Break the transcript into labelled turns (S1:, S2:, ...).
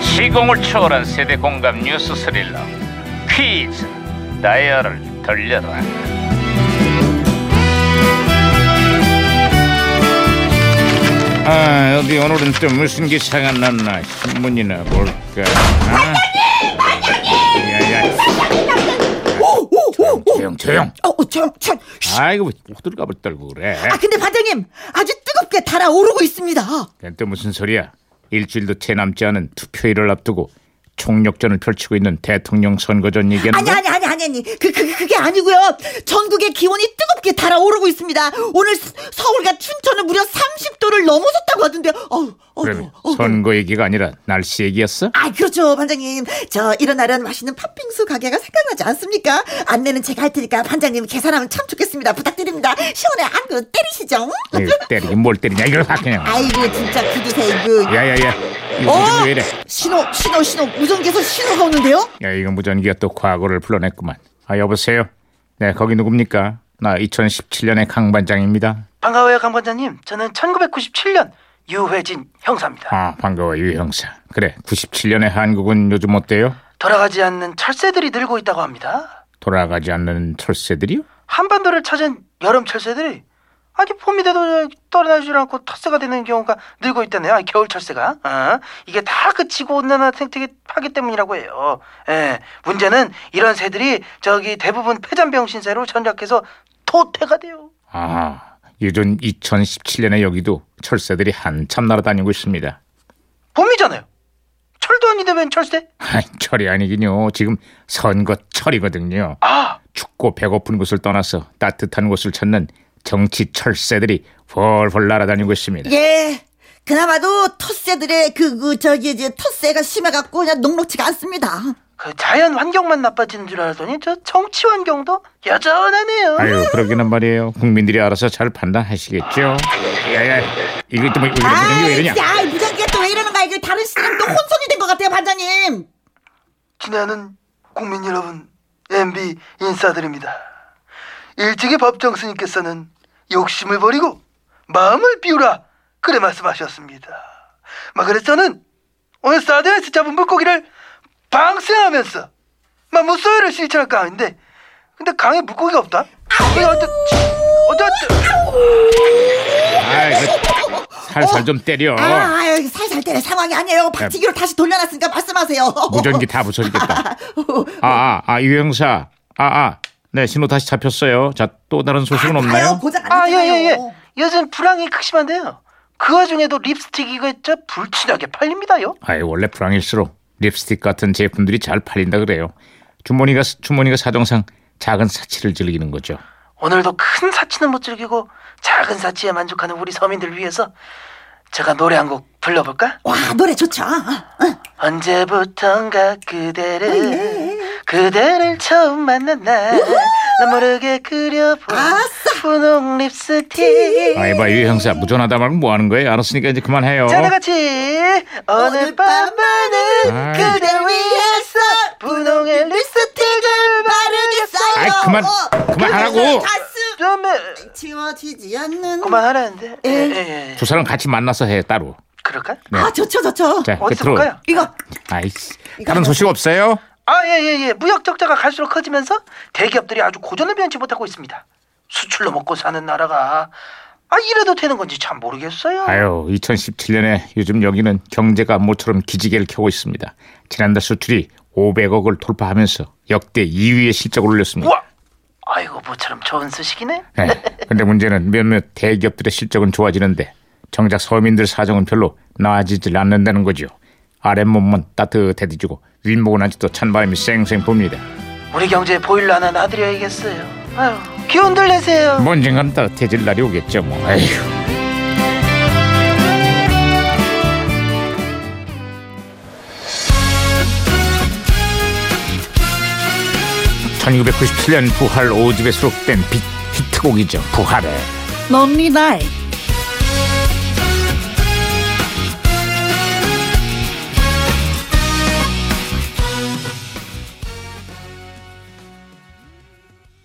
S1: 시공을 초월한 세대 공감 뉴스 스릴러 퀴즈 다이얼을 돌려라 아 어디 오늘은 또 무슨 기사가 났나 신문이나 볼까 아? 반장님 반장님 조용 조용
S2: 어, 어, 참, 참. 쉿.
S1: 아이고 왜 호들갑을 떨고 그래
S2: 아, 근데 반장님, 아주 뜨겁게 달아오르고 있습니다.
S1: 그건 또 무슨 소리야? 일주일도 채 남지 않은 투표일을 앞두고 총력전을 펼치고 있는 대통령 선거전 얘기하는
S2: 아니,
S1: 거야?
S2: 아니, 아니, 아니, 아니. 그, 그, 그게 아니고요. 전국의 기온이 뜨겁게 달아오르고 있습니다. 오늘 서- 서울과 춘천은 무려 30도를 넘어섰다고 하던데, 어우,
S1: 그러면
S2: 어우, 어우.
S1: 선거 얘기가 아니라 날씨 얘기였어?
S2: 아, 그렇죠, 반장님. 저, 이런 날은 맛있는 팥빙수 가게가 생각나지 않습니까? 안내는 제가 할 테니까 반장님 계산하면 참 좋겠습니다. 부탁드립니다. 시원해, 안구 때리시죠?
S1: 아유, 네, 때리긴 뭘 때리냐 이걸 확 그냥
S2: 아이고, 진짜 그, 구두세, 이거.
S1: 야야야 이거
S2: 어?
S1: 무전기 왜 이래
S2: 신호, 신호, 신호. 무전기에서 신호가 오는데요?
S1: 야 이거 무전기가 또 과거를 불러냈구만 아 여보세요 네 거기 누굽니까 나 2017년의 강반장입니다
S3: 반가워요 강 반장님 저는 1997년 유회진 형사입니다
S1: 아 반가워 유 형사 그래 97년의 한국은 요즘 어때요?
S3: 돌아가지 않는 철새들이 늘고 있다고 합니다
S1: 돌아가지 않는 철새들이요?
S3: 한반도를 찾은 여름 철새들이 아니 봄이 돼도 떠나주질 않고 텃새가 되는 경우가 늘고 있다네요 아니, 겨울 철새가 어, 이게 다 그치고 온난화 생태계 파괴 때문이라고 해요 예, 문제는 이런 새들이 저기 대부분 폐잔병신새로 전락해서 토태가 돼요
S1: 아, 요즘 2017년에 여기도 철새들이 한참 날아다니고 있습니다.
S3: 봄이잖아요 철도 아닌데 웬 철새?
S1: 아이, 철이 아니긴요. 지금 선거철이거든요.
S3: 아
S1: 춥고 배고픈 곳을 떠나서 따뜻한 곳을 찾는 정치 철새들이 훨훨 날아다니고 있습니다.
S2: 예. 그나마도 텃새들의 그, 그, 저기, 이제 텃새가 심해갖고 그냥 녹록지가 않습니다.
S3: 그 자연 환경만 나빠지는 줄 알았더니 저 정치 환경도 여전하네요.
S1: 아유, 그러기는 말이에요. 국민들이 알아서 잘 판단하시겠죠. 야야, 이거 또뭐 이러냐? 왜 이러냐?
S2: 진짜, 아이, 무전기가 또 왜 이러는 거야. 이거 다른 시스템 또 혼선이 된 것 같아요, 반장님.
S3: 지나는 국민 여러분, MB 인사드립니다. 일찍이 법정 스님께서는 욕심을 버리고 마음을 비우라 그래 말씀하셨습니다. 막 그래서 저는 오늘 사드에서 잡은 물고기를 방생하면서 막 무소유를 실천할까 하는데 근데 강에 물고기가 없다. 어디 어디 어디
S1: 아이, 그 살살 좀 때려.
S2: 아, 아유, 살살 때려. 상황이 아니에요. 박치기로 다시 돌려놨으니까 말씀하세요.
S1: 무전기 다 부서지겠다. 아, 아, 아, 유 형사. 아, 아. 네, 신호 다시 잡혔어요. 자, 또 다른 소식은
S2: 아유,
S1: 없나요?
S2: 고작 안
S3: 아, 예,
S2: 했잖아요.
S3: 예, 예. 요즘 불황이 극심한데요. 그 와중에도 립스틱 이거 저 불친하게 팔립니다요.
S1: 아이, 원래 불황일수록 립스틱 같은 제품들이 잘 팔린다 그래요. 주머니가 주머니가 사정상 작은 사치를 즐기는 거죠.
S3: 오늘도 큰 사치는 못 즐기고 작은 사치에 만족하는 우리 서민들 위해서 제가 노래 한 곡 불러볼까?
S2: 와, 노래 좋죠. 어? 응.
S3: 언제부턴가
S2: 예,
S3: 그대를 그대를 처음 만난 날 나 모르게 그려본
S2: 아싸!
S3: 분홍 립스틱
S1: 아이, 봐, 유 형사. 무전하다 말고 뭐 하는 거예요? 알았으니까 이제 그만해요.
S3: 자, 다 같이 오늘 밤만은
S1: 아이.
S3: 그대 위해서 분홍의 립스틱을 바르겠어.
S1: 아이, 그만, 그만하라고.
S2: 그대는 가슴
S3: 그러면
S2: 지워지지 않는.
S3: 그만하라는데. 예, 예, 예.
S1: 두 사람 같이 만나서 해, 따로.
S3: 그럴까?
S1: 네.
S2: 아, 좋죠, 좋죠.
S1: 자,
S3: 어디서
S1: 끝으로.
S3: 볼까요?
S2: 이거
S1: 아이씨. 다른 소식 없어요?
S3: 아, 예, 예, 예. 무역 적자가 갈수록 커지면서 대기업들이 아주 고전을 변치 못하고 있습니다. 수출로 먹고 사는 나라가 아 이래도 되는 건지 참 모르겠어요.
S1: 아유, 2017년에 요즘 여기는 경제가 모처럼 기지개를 켜고 있습니다. 지난달 수출이 500억을 돌파하면서 역대 2위의 실적을 올렸습니다.
S3: 우와. 아이고 모처럼 좋은 소식이네.
S1: 네, 근데 문제는 몇몇 대기업들의 실적은 좋아지는데 정작 서민들 사정은 별로 나아지질 않는다는 거죠. 아랫몸만 따뜻해지고 윗목은 아직도 찬바람이 쌩쌩 붑니다.
S3: 우리 경제에 보일러 하나 놔드려야겠어요. 아유 기운들 내세요.
S1: 뭐 언젠간 따뜻해질 날이 오겠죠 뭐. 에휴. (1997년) 부활 (5집에) 수록된 빅 히트곡이죠 부활의
S2: 네 Lonely Night